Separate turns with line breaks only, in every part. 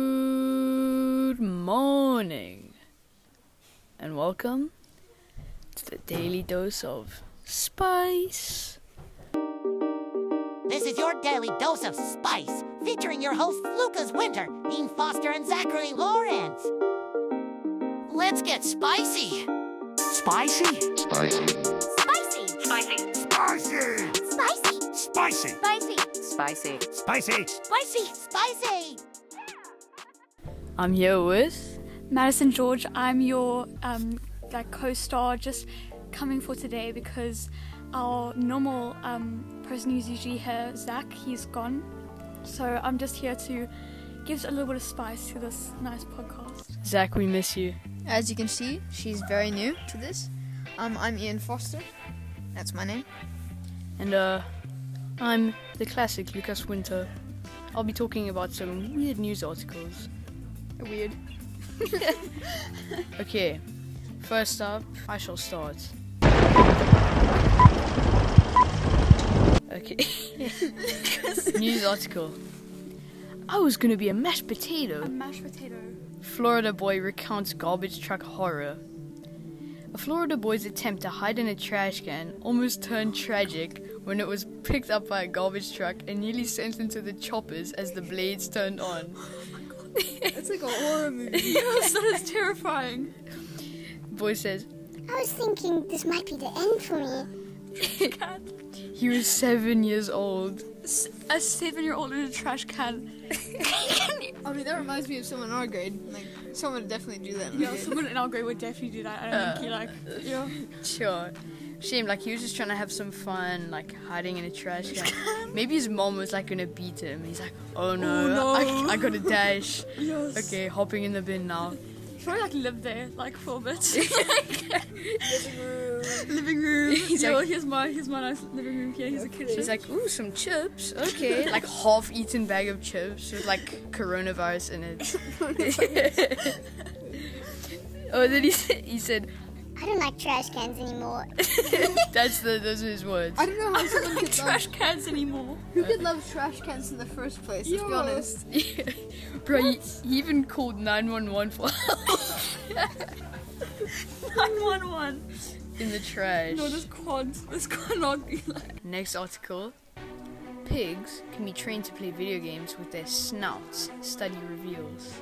Good morning, and welcome to the daily dose of spice.
This is your daily dose of spice, featuring your hosts Lucas Winter, Ian Foster, and Zachary Lawrence. Let's get spicy. Spicy?
Spicy.
Spicy! Spicy! Spicy!
Spicy!
Spicy! Spicy!
Spicy.
Spicy!
Spicy! Spicy!
I'm here with
Madison George, I'm your um, like co-star just coming for today because our normal um, person who's usually here, Zach, he's gone. So I'm just here to give a little bit of spice to this nice podcast.
Zach. We miss you.
As you can see, she's very new to this. Um, I'm Ian Foster. That's my name.
And uh, I'm the classic Lucas Winter. I'll be talking about some weird news articles.
Weird.
Okay, first up, I shall start. Okay. news article. I was gonna be a mashed potato.
Mashed potato.
Florida boy recounts garbage truck horror. A Florida boy's attempt to hide in a trash can almost turned tragic when it was picked up by a garbage truck and nearly sent into the choppers as the blades turned on.
It's like a horror movie.
yes, that is terrifying.
Boy says
I was thinking this might be the end for me.
Cat.
he was seven years old.
S- A seven-year-old in a trash can.
I mean, that reminds me of someone in our grade. Like, someone would definitely do that.
yeah, someone in our grade would definitely do that. I don't think he like. Yeah.
Sure. Shame, like he was just trying to have some fun, like hiding in a trash can. Maybe his mom was like gonna beat him. He's like, oh no, I, I gotta dash.
Yes.
Okay, hopping in the bin now.
He probably like lived there like for a bit. living room.
He's
Yo,
like-
here's my here's my nice living room here. Here's a kitchen.
He's like, ooh, some chips. Okay, like half eaten bag of chips with like coronavirus in it. oh, then he said, he said
I don't like trash cans anymore.
that's the those are his words.
I don't know how someone could
trash
love,
cans anymore.
who could love trash cans in the first place. Let's be
Yeah.
honest.
Bro, he, he even called nine one one for
Nine one one.
in the trash.
No, this can't. This cannot be like.
Next article. Pigs can be trained to play video games with their snouts, study reveals.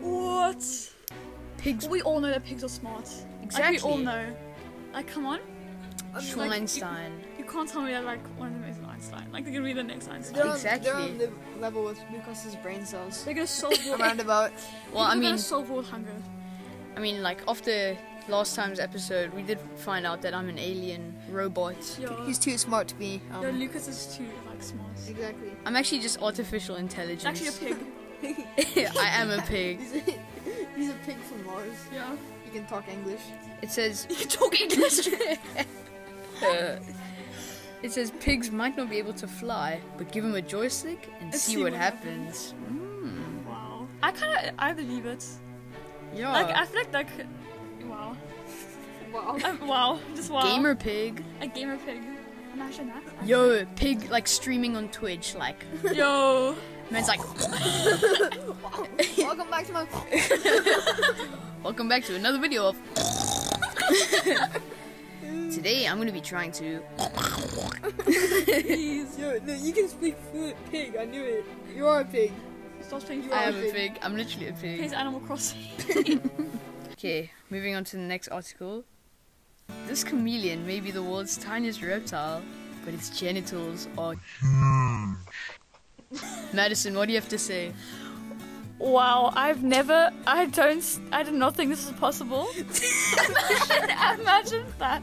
What?
Pigs.
We all know that pigs are smart. Like, we all
Exactly.
know. Like, come on.
Schweinstein.
Like, You, you can't tell me that like one of them is an Einstein. Like they're gonna be the next Einstein.
They're on,
Exactly.
they're on the level with Lucas's brain cells.
They're gonna solve world.
Around about.
well, I
they're
mean,
gonna solve world hunger.
I mean, like after last time's episode, we did find out that I'm an alien robot.
Yo,
He's too smart to be. Um,
yo, Lucas is too like smart. It's
exactly.
I'm actually just artificial intelligence.
actually a pig.
pig. I am a pig.
He's a, he's a pig from Mars.
Yeah.
He can talk English.
It says
You can talk English.
Uh, it says pigs might not be able to fly, but give them a joystick and see, what, happens.
wow. I kind of I believe it.
Yeah.
Like I feel like like wow.
Wow.
Um, wow. Just wow.
Gamer pig.
A gamer pig. Imagine that.
Yo, pig like streaming on Twitch, like
Yo.
man's like,
Welcome back to my.
welcome back to another video of. Today I'm gonna be trying to.
Please.
Yo, no, you can speak fluent pig. I knew it. You are a pig.
Stop playing you
I
are.
am a pig. I'm literally a pig.
Plays Animal Crossing.
Okay, moving on to the next article. This chameleon may be the world's tiniest reptile, but its genitals are. Madison, what do you have to say?
Wow. I've never. I don't. I did not think this was possible. imagine, imagine that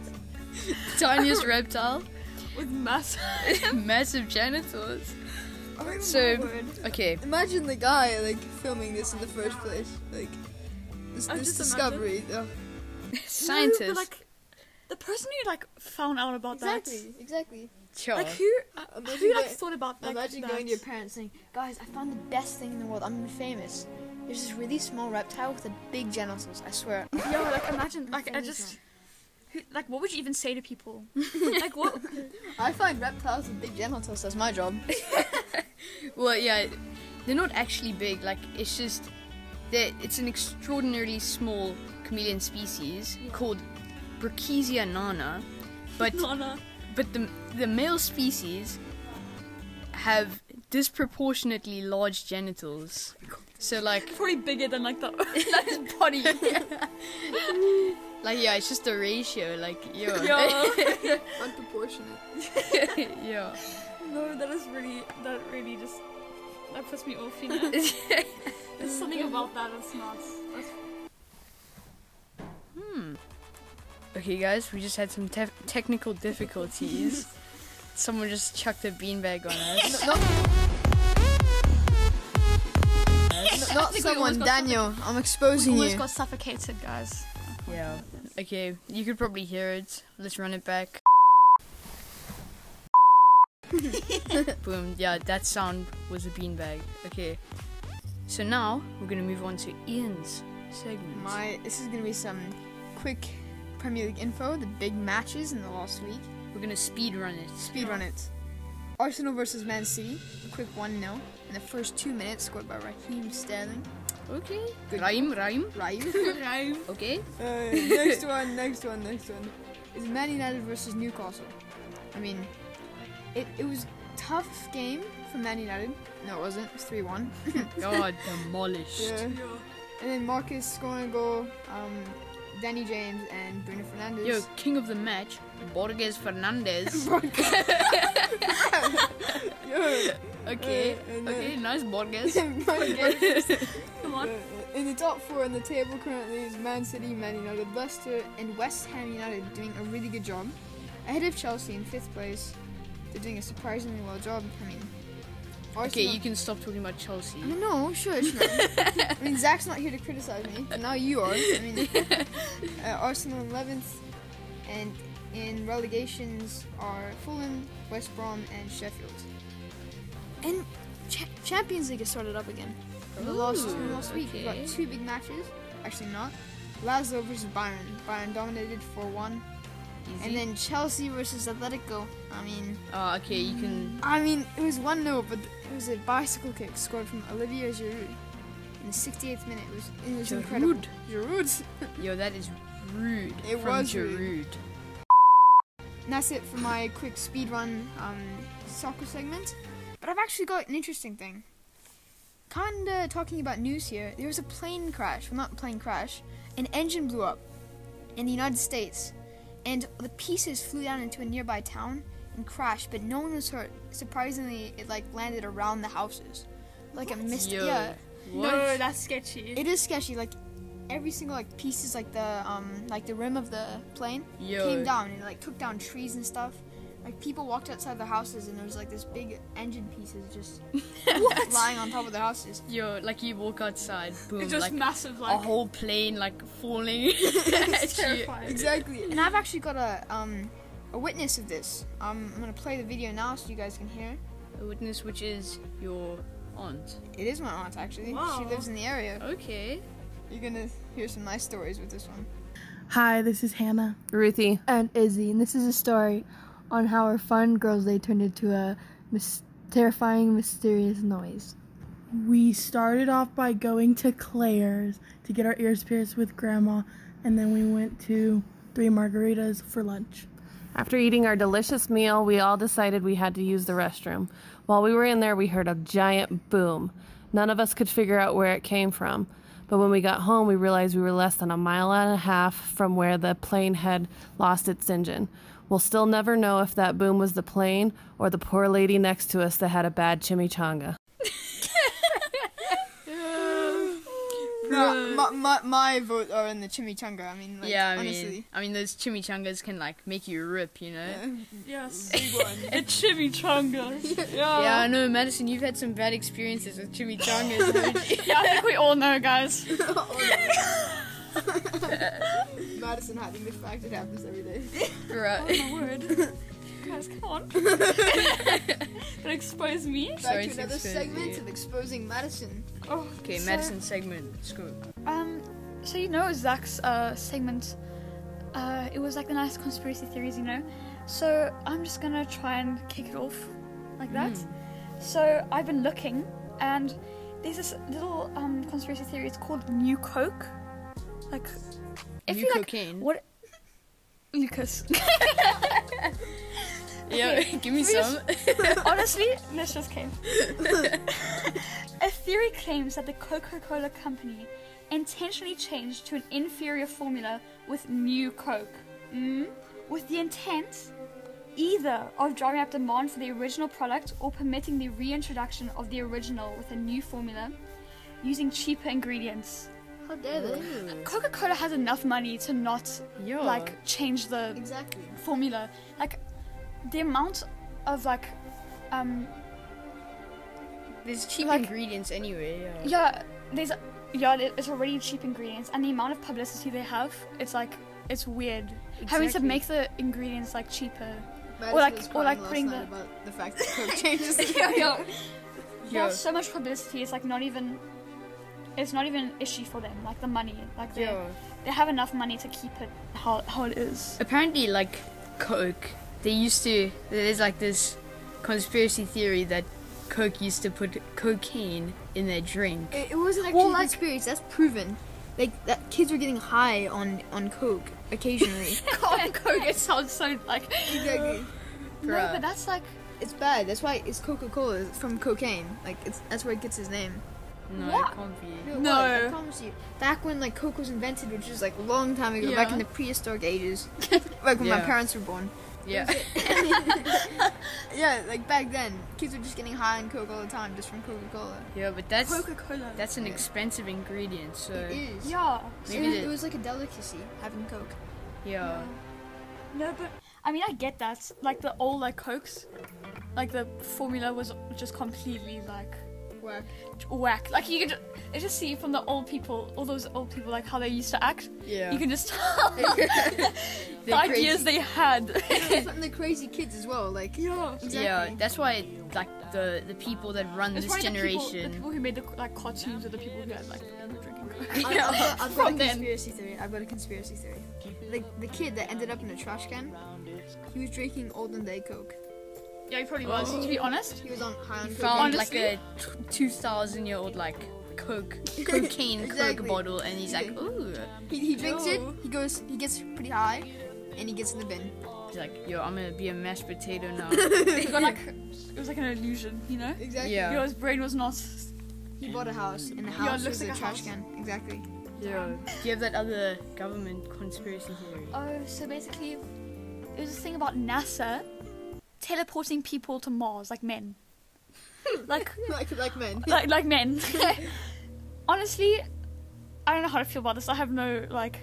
Tiniest reptile,
with massive.
massive genitals.
Oh,
So-
my word.
Okay,
Imagine the guy like filming this in the first place, like this,
I'm
this
just
discovery. Oh, though.
No, but,
scientists.
like, the person who like found out about
Exactly, exactly.
Sure.
that. Like who? uh,
Imagine
who like
going-
thought about like,
Imagine
that?
going to your parents saying, "Guys, I found the best thing in the world. I'm gonna be famous." There's this really small reptile with a big genitals. I swear.
Yeah, like imagine, like I
Famous
just, who, like what would you even say to people? like what?
I find reptiles with big genitals. That's my job.
well, yeah, they're not actually big. Like it's just that it's an extraordinarily small chameleon species called Brachysia nana, but
Nana.
but the the male species have disproportionately large genitals. So like
Probably bigger than like the.
like his body. like yeah, it's just the ratio. Like yeah,
Unproportionate.
yeah.
no, that is really. That really just. That puts me off, you know? There's something about that that's not. That's
Okay, guys, we just had some tef- technical difficulties. Someone just chucked a beanbag on us.
Not someone, Daniel. I'm exposing
almost
you.
got suffocated, guys.
yeah. Okay, you could probably hear it. Let's run it back. Boom. Yeah, that sound was a beanbag. Okay. So now we're gonna move on to Ian's segment.
My, this is gonna be some quick Premier League info. The big matches in the last week.
we're gonna speed run it.
Speedrun it. Arsenal versus Man City. A quick 1 0 in the first two minutes, scored by Raheem Sterling.
Okay.
Good.
Rhyme, rhyme.
Raheem.
Okay.
Uh, next one, next one, next one. Is Man United versus Newcastle. I mean, it, it was tough game for Man United. No, it wasn't. It was 3 1.
God demolished.
And then Marcus scoring a goal. Um, Danny James and Bruno
Yo,
Fernandes.
king of the match, Borges Fernandez.
Yo.
Okay,
Uh, and, uh,
okay, nice Borges.
Come on.
in the top four on the table currently is Man City, Man United, Leicester, and West Ham United doing a really good job. Ahead of Chelsea in fifth place, they're doing a surprisingly well job. I mean,
Okay,
Arsenal-
you can stop talking about Chelsea.
No, no, shush, man. I mean, Zach's not here to criticize me, but now you are. I mean, uh, Arsenal 11th, and in relegations are Fulham, West Brom, and Sheffield. And Cha- Champions League has started up again. From the last, from last week, we got
okay.
two big matches. Actually, not. Lazio versus Bayern. Bayern dominated 4 1. And then Chelsea versus Atletico. I mean,
Ah, okay, you can.
I mean, it was 1 0, but it was a bicycle kick scored from Olivier Giroud in the 68th minute. It was, it was incredible. Giroud.
Yo, that is rude.
It
from
was
Giroud.
rude. And that's it for my quick speedrun um, soccer segment. But I've actually got an interesting thing. Kinda talking about news here. There was a plane crash. Well, not plane crash. An engine blew up in the United States, and the pieces flew down into a nearby town and crashed. But no one was hurt. Surprisingly, it like landed around the houses, like a mist.
Yo,
Yeah,
What?
No, that's sketchy.
it is sketchy. Like every single like pieces, like the um, like the rim of the plane
Yo.
came down and like took down trees and stuff. Like people walked outside their houses and there was like this big engine pieces just lying on top of their houses.
Yo, like you walk outside, boom,
It's just
like oh.
massive,
a
like.
whole plane like falling. it's
terrifying.
Exactly. And I've actually got a um, a witness of this. Um, I'm gonna play the video now so you guys can hear.
A witness, which is your aunt.
It is my aunt actually.
Wow.
She lives in the area.
Okay.
You're gonna hear some nice stories with this one.
Hi, this is Hannah
Ruthie.
and Izzy, and this is a story on how our fun girls' day turned into a mis- terrifying, mysterious noise.
We started off by going to Claire's to get our ears pierced with grandma, and then we went to Three Margaritas for lunch.
After eating our delicious meal, we all decided we had to use the restroom. While we were in there, we heard a giant boom. None of us could figure out where it came from. But when we got home, we realized we were less than a mile and a half from where the plane had lost its engine. We'll still never know if that boom was the plane or the poor lady next to us that had a bad chimichanga.
No, my, my, my vote are in the chimichanga. I mean, like,
yeah, I
honestly.
mean, I mean, those chimichangas can like make you rip, you know.
Yes. Big one. a chimichanga. Yeah.
Yeah, I know, Madison. You've had some bad experiences with chimichangas. haven't you?
I think we all know, guys.
Madison hiding the fact it happens every day.
right.
My word. guys, come on. Don't expose me.
Back
Sorry
to
to
another
expose
segment
you.
of exposing Madison.
Oh,
Okay,
so-
Madison segment. Let's go.
Um, so you know Zach's uh, segment, uh, it was like the nice
Hmm.
conspiracy theories, you know. So I'm just gonna try and kick it off like that. So I've been looking, and there's this little um, conspiracy theory. It's called New Coke. Like, if
New
you
cocaine?
like, what? Lucas.
Yeah, give me some.
Honestly, this just came. a theory claims that the Coca Cola company intentionally changed to an inferior formula with new Coke, mm, with the intent either of driving up demand for the original product or permitting the reintroduction of the original with a new formula using cheaper ingredients.
How dare they?
Coca Cola has enough money to not
Yeah.
like change the
Exactly.
formula. Like the amount of like um
There's cheap
like-
ingredients anyway. Yeah.
yeah, there's yeah, there- it's already cheap ingredients and the amount of publicity they have, it's like it's weird. Having to
Exactly.
make the ingredients like cheaper.
Madison
like-
was
or
crying
like
last
putting
night
the-
about the fact that Coke changes.
yeah, yeah. They
Yeah.
have so much publicity, it's like not even it's not even an issue for them, like the money. Like they
Yeah.
they have enough money to keep it how how it is.
Apparently, like Coke, they used to. There's like this conspiracy theory that Coke used to put cocaine in their drink.
It, it wasn't actually
Well,
well,
like-
conspiracy. That's proven. Like that kids were getting high on on coke occasionally.
Coca Cola sounds so like
exactly.
No, but that's like
It's bad. That's why it's Coca Cola from cocaine. Like it's that's where it gets its name.
No,
What?
it can't be.
It
No.
was, I promise you. Back when like Coke was invented, which is like a long time ago, back
Yeah.
in the prehistoric ages, like when my
Yeah.
parents were born.
Yeah.
Yeah, like back then, kids were just getting high on Coke all the time, just from Coca Cola.
Yeah, but that's
Coca Cola.
that's an expensive ingredient. So
It is.
Yeah.
It
maybe
was,
the-
it was like a delicacy having Coke.
yeah.
No, but I mean, I get that. Like the old like Cokes, like the formula was just completely like
Whack.
whack. Like you could I just see from the old people, all those old people, like how they used to act.
Yeah.
You can just tell the
They're
ideas they had.
and the crazy kids as well. Like
yeah.
Yeah,
exactly.
that's why like the the people that run
It's
this
probably The people, the
generation.
people who made the like cartoons are the people who had like drinking Coke.
I've, I've got, I've got a
From then.
conspiracy theory. I've got a conspiracy theory. Like the kid that ended up in a trash can, he was drinking olden day Coke.
Yeah, he probably was. To be honest.
He was on high on cocaine.
found
Honestly?
like a t- 2000 year old like coke cocaine
Exactly.
coke bottle and he's like ooh
He, he drinks it. He goes. He gets pretty high, and he gets in the bin.
he's like yo i'm gonna be a mashed potato now
He got like it was like an illusion, you know.
Exactly.
Yeah.
You know, his brain was not.
He bought a house, and the
Yeah, it
house
looks like
was a
a
trash
house.
can. Exactly.
yeah do you have that other government conspiracy theory
Oh, so basically, it was this thing about NASA teleporting people to Mars, like men. like,
like like men.
like, like men. Honestly, I don't know how to feel about this. I have no like,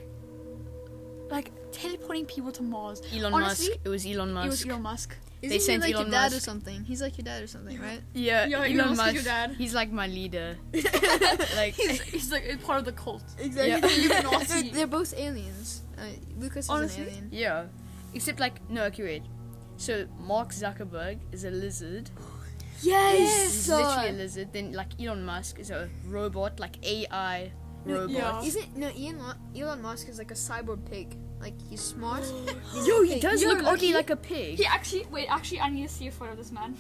like teleporting people to Mars.
elon
Honestly,
musk it was elon musk
It was Elon Musk.
Isn't he
sent
like
Elon
your dad or
Musk.
something? He's like your dad or something, right?
yeah,
Yeah,
elon,
Elon Musk
musk
is your dad.
he's like my leader like
He's, he's like a part of the cult.
Exactly. they're, they're both aliens. Uh, Lucas
Honestly?
is an alien.
yeah except like no okay wait so mark zuckerberg is a lizard he's
Yes.
literally a lizard then like elon musk is a robot like ai robot
yeah.
Isn't no Ian Mu- Elon Musk is like a cyborg pig. Like he's smart. he's
Yo,
a
he
pig.
does
Yo,
look
like
oddly
he-
like a pig.
He actually wait. Actually, I need to see a photo of this man.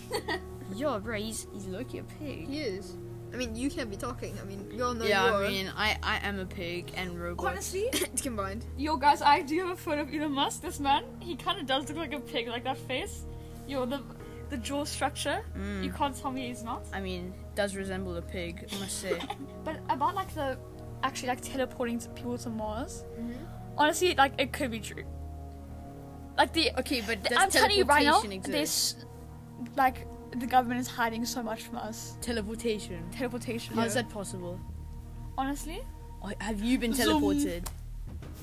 Yo, bro, he's he's Loki a pig.
He is. I mean, you can't be talking. I mean, we all know
Yeah,
you are.
I mean, I I am a pig and robot.
Honestly,
combined.
Yo, guys, I do have a photo of Elon Musk. This man, he kind of does look like a pig, like that face. Yo, the the jaw structure. You can't tell me he's not.
I mean, does resemble a pig, I must say.
But about like the actually like teleporting to people to Mars. Honestly, like it could be true. Like the
okay, but does
I'm telling you right now,
teleportation exist?
there's like the government is hiding so much from us.
Teleportation.
Teleportation.
How is that possible?
Honestly,
Oh, have you been
Zoom.
teleported?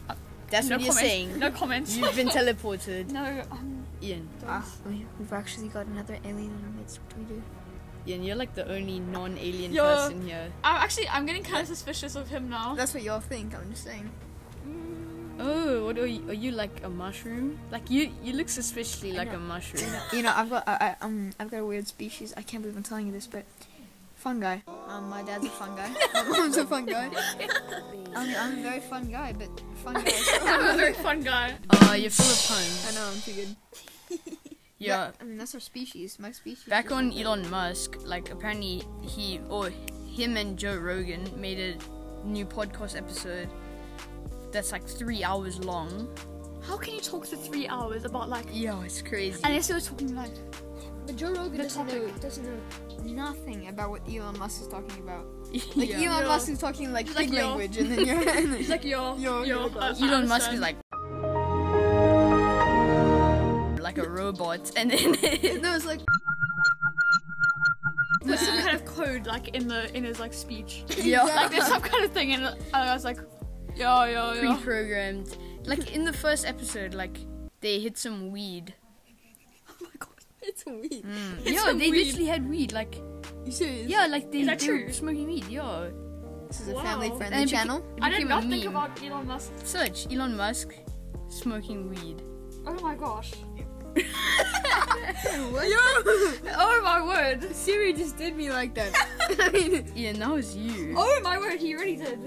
Uh, That's
no
what you're
comments.
saying.
No comments.
You've been teleported,
no. Um,
Ian.
Ah, we, we've actually got another alien in our midst. What do we do?
Ian, you're like the only non-alien
Yo.
person here.
I'm actually I'm getting kind of suspicious of him now.
That's what y'all think. I'm just saying.
Oh, what are you? Are you like a mushroom? Like you? You look suspiciously like a mushroom.
You know, I've got I, I, um, I've got a weird species. I can't believe I'm telling you this, but fungi. Um, my dad's a fungi. my mom's a fungi. I mean, I'm a very fun guy, but fungi.
I'm a very fun guy.
Oh, you're full Ah, of puns.
I know I'm too good.
Yeah.
I mean, that's our species. My species.
Back
is-
on Elon Musk, like apparently he or him and Joe Rogan made a new podcast episode that's like three hours long.
How can you talk for three hours about like?
Yeah, it's crazy.
And they're still talking like
But Joe Rogan
The
doesn't know,
topic.
doesn't know nothing about what Elon Musk is talking about. Like
Yeah.
Elon
Yeah.
Musk is talking like
Just
pig
like, yo.
language, and then you're. and then-
it's like your
Yo,
your,
yo,
uh,
Elon Musk is
Anderson.
like like a robot, and then
no, it's like
there's some kind of code like in the in his like speech.
yeah,
like there's some kind of thing, and I was like, yo yo yo.
pre-programmed. Like in the first episode, like they hit some weed.
it's weird.
Mm.
yeah,
some
they
weed.
literally had weed. Like
You serious?
yeah, like they,
Is that
they
true?
were smoking weed. Yeah,
This is a
Wow.
family-friendly
And it beca-
channel.
it
I did
became a
not think
meme.
about Elon Musk.
Search Elon Musk smoking weed.
Oh my gosh.
Oh my word!
Siri just did me like that.
Yeah, that was you.
Oh my word, he really did.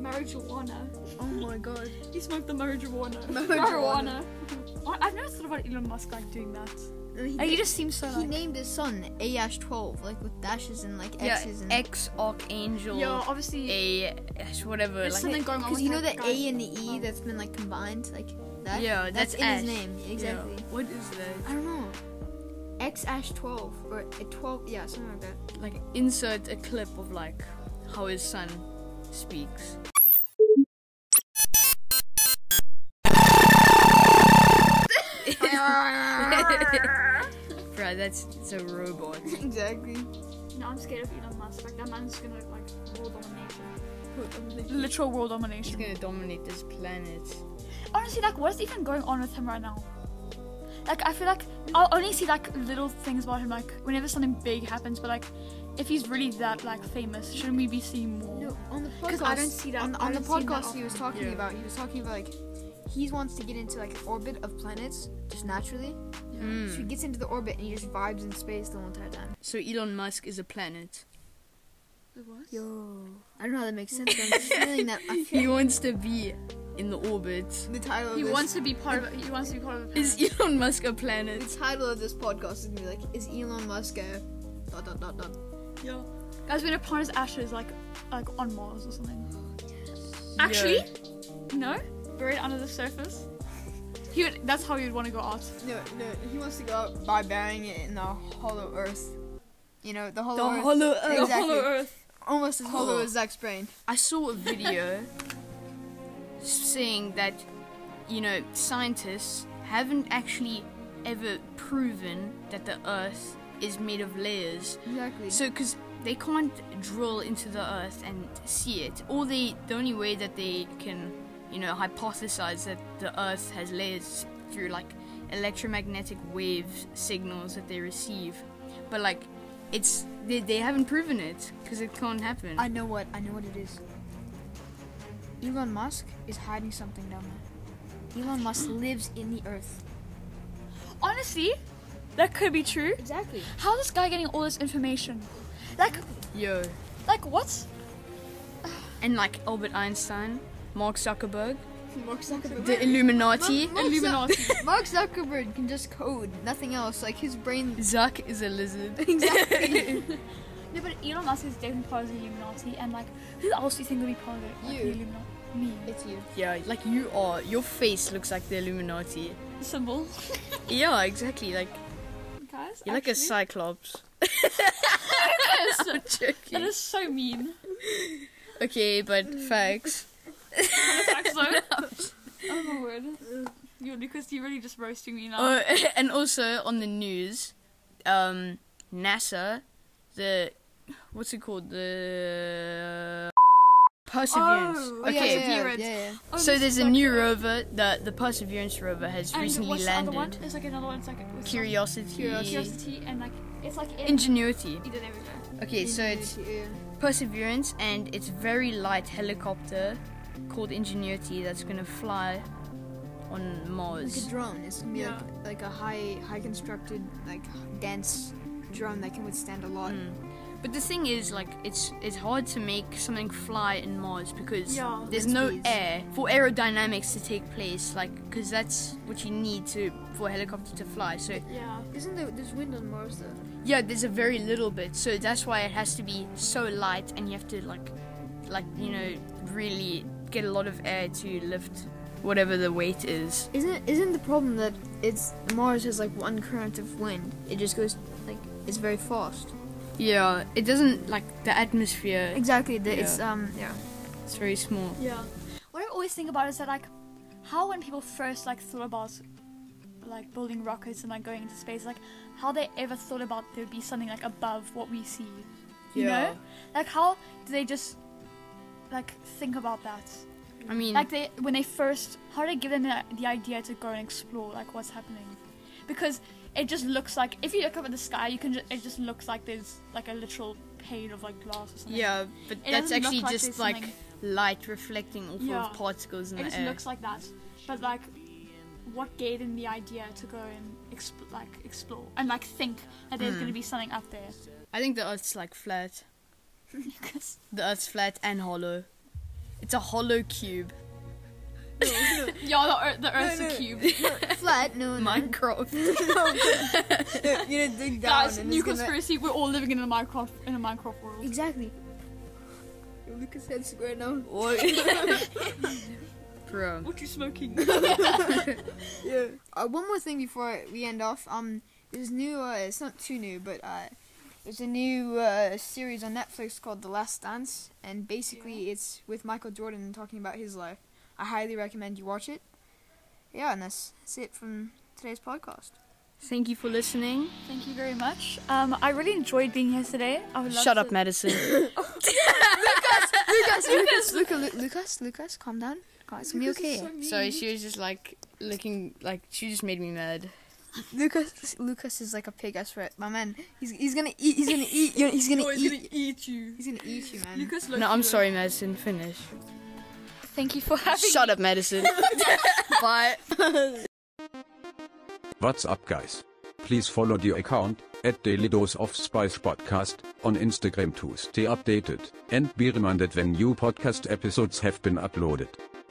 Marijuana.
oh my god.
He smoked the marijuana. Marijuana. I- I've never thought about Elon Musk like doing that.
He,
Like, he just seems so
he
like.
named his son A-12, like with dashes and like
yeah,
X's and.
ex archangel.
Yeah, obviously.
A ash, whatever.
There's
Like,
something going on
Because
with
you know
that
the
guy.
A and the E that's been like combined, like that.
Yeah, that's
in his
Ash.
name,
yeah.
exactly.
What is that?
I don't know. X Ash 12 or a 12, yeah, something like that.
Like, insert a clip of like how his son speaks. Bruh, that's it's a robot.
Exactly.
No, I'm scared of Elon Musk. Like that man's gonna like world domination. Literal world
He's
domination.
gonna dominate this planet.
Honestly, like what is even going on with him right now? Like I feel like I'll only see like little things about him like whenever something big happens. But like if he's really that like famous, shouldn't we be seeing more?
No, on the
'Cause
podcast,
I don't see that-
on, the-
I
on the
don't see that
podcast he was talking
Yeah.
about, he was talking about like he wants to get into like an orbit of planets just naturally. Hmm. So he gets into the orbit and he just vibes in space the whole entire time.
So Elon Musk is a planet.
Yo, I don't know how that makes sense. But I'm just feeling that. I feel
He wants to be in the orbit.
the title. Of
He
this,
wants to be part of. He wants to be part of. the
Is Elon Musk a
The
planet?
title of this podcast is gonna be like, is Elon Musk a dot dot dot dot.
Yeah. Guys, we're gonna plant his ashes like like on Mars or something. Actually, no, buried under the surface. He would, that's how you'd want to go out.
No, no, he wants to go out by burying it in the hollow earth. You know, the hollow earth.
Earth.
Exactly.
Earth.
Almost as hollow as Zach's brain.
I saw a video saying that, you know, scientists haven't actually ever proven that the Earth is made of layers.
Exactly.
So, because they can't drill into the Earth and see it, or they, the only way that they can, you know, hypothesize that the Earth has layers is through like electromagnetic wave signals that they receive. But like, it's they, they haven't proven it because it can't happen.
I know what I know what it is. Elon Musk is hiding something down there. Elon Musk lives in the earth.
Honestly, that could be true.
Exactly.
How is this guy getting all this information? Like,
Yo.
like what?
and like Albert Einstein, Mark Zuckerberg,
Mark Zuckerberg.
the Illuminati.
Illuminati.
Mark Zuckerberg can just code, nothing else. Like his brain.
Zuck is a lizard.
Exactly.
no, but Elon Musk is definitely part of the Illuminati, and like, who else do you think would be part of it? Like,
You.
The Illuminati. Me.
it's you.
Yeah, like you are. Your face looks like the Illuminati.
Symbol.
Yeah, exactly. Like
Guys.
you're like a
actually,
cyclops. I'm
That
joking.
is so mean.
Okay, but facts.
oh my word. Yo, Lucas, you're really just roasting me now.
Oh, and also on the news, um, NASA, the what's it called? The uh, Perseverance.
Oh,
okay,
Yeah, yeah,
Perseverance.
yeah.
Oh,
So
this
there's
is
a
like
new rover, the the Perseverance rover has
and
recently
what's The other one?
landed.
There's like another one. It's like what's it called?
Curiosity.
Curiosity and like it's like in-
Ingenuity.
Either there we go.
Okay, so it's
Yeah.
Perseverance and it's very light helicopter called Ingenuity that's gonna fly on
Like a
Mars.
drone. It's gonna be
Yeah.
like, like a high, high constructed, like dense drone that can withstand a lot.
Mm. But the thing is, like, it's it's hard to make something fly in Mars because
Yeah,
there's no air for aerodynamics to take place, like, because that's what you need to for a helicopter to fly. So
Yeah.
Isn't there there's wind on Mars though?
yeah, there's a very little bit, so that's why it has to be so light, and you have to like, like you know, really get a lot of air to lift whatever the weight is.
Isn't isn't the problem that it's Mars has like one current of wind? It just goes like it's very fast.
Yeah, it doesn't like the atmosphere.
Exactly. The,
Yeah.
It's um yeah.
It's very small.
Yeah. What I always think about is that like how when people first like thought about like building rockets and like going into space, like how they ever thought about there'd be something like above what we see. You
Yeah.
know? Like how do they just like think about that?
I mean,
Like they when they first how do they give them the, the idea to go and explore like what's happening? Because it just looks like if you look up at the sky, you can ju- it just looks like there's like a literal pane of like glass or something.
yeah, but
It
that's
doesn't look
actually
like
just
there's
like
something-
light reflecting off
Yeah.
of particles in
It
the
just
air.
looks like that. But like, what gave them the idea to go and exp- like explore and like think that there's
Hmm.
going to be something up there?
I think the Earth's like flat.
'Cause-
The Earth's flat and hollow. It's a hollow cube.
yeah, the, earth, the Earth's a cube.
Flat. No. no.
Minecraft.
You're gonna dig down.
Guys,
and
new
it's gonna-
conspiracy. We're all living in a Minecraft in a Minecraft world.
Exactly. Lucas head square now.
Bro.
What you smoking?
Yeah. Uh, one more thing before we end off. Um, there's new. Uh, it's not too new, but uh, there's a new uh, series on Netflix called The Last Dance, and basically it's with Michael Jordan talking about his life. I highly recommend you watch it. Yeah, and that's, that's it from today's podcast.
Thank you for listening.
Thank you very much. Um, I really enjoyed being here today. I would love
Shut
to-
up, Madison.
Lucas, Lucas, Lucas, Lucas, Lucas, Lucas, calm down. Calm- It's gonna be okay.
Sorry, she was just like looking like she just made me mad.
Lucas, Lucas is like a pig. I swear, my man. He's he's gonna eat. He's gonna eat. you he's gonna eat.
eat you.
He's gonna eat you, man.
Lucas,
No, I'm sorry, Madison. Finish.
Thank you for having
Shut up, Madison. Bye.
What's up, guys? Please follow the account at Daily Dose of Spice Podcast on Instagram to stay updated and be reminded when new podcast episodes have been uploaded.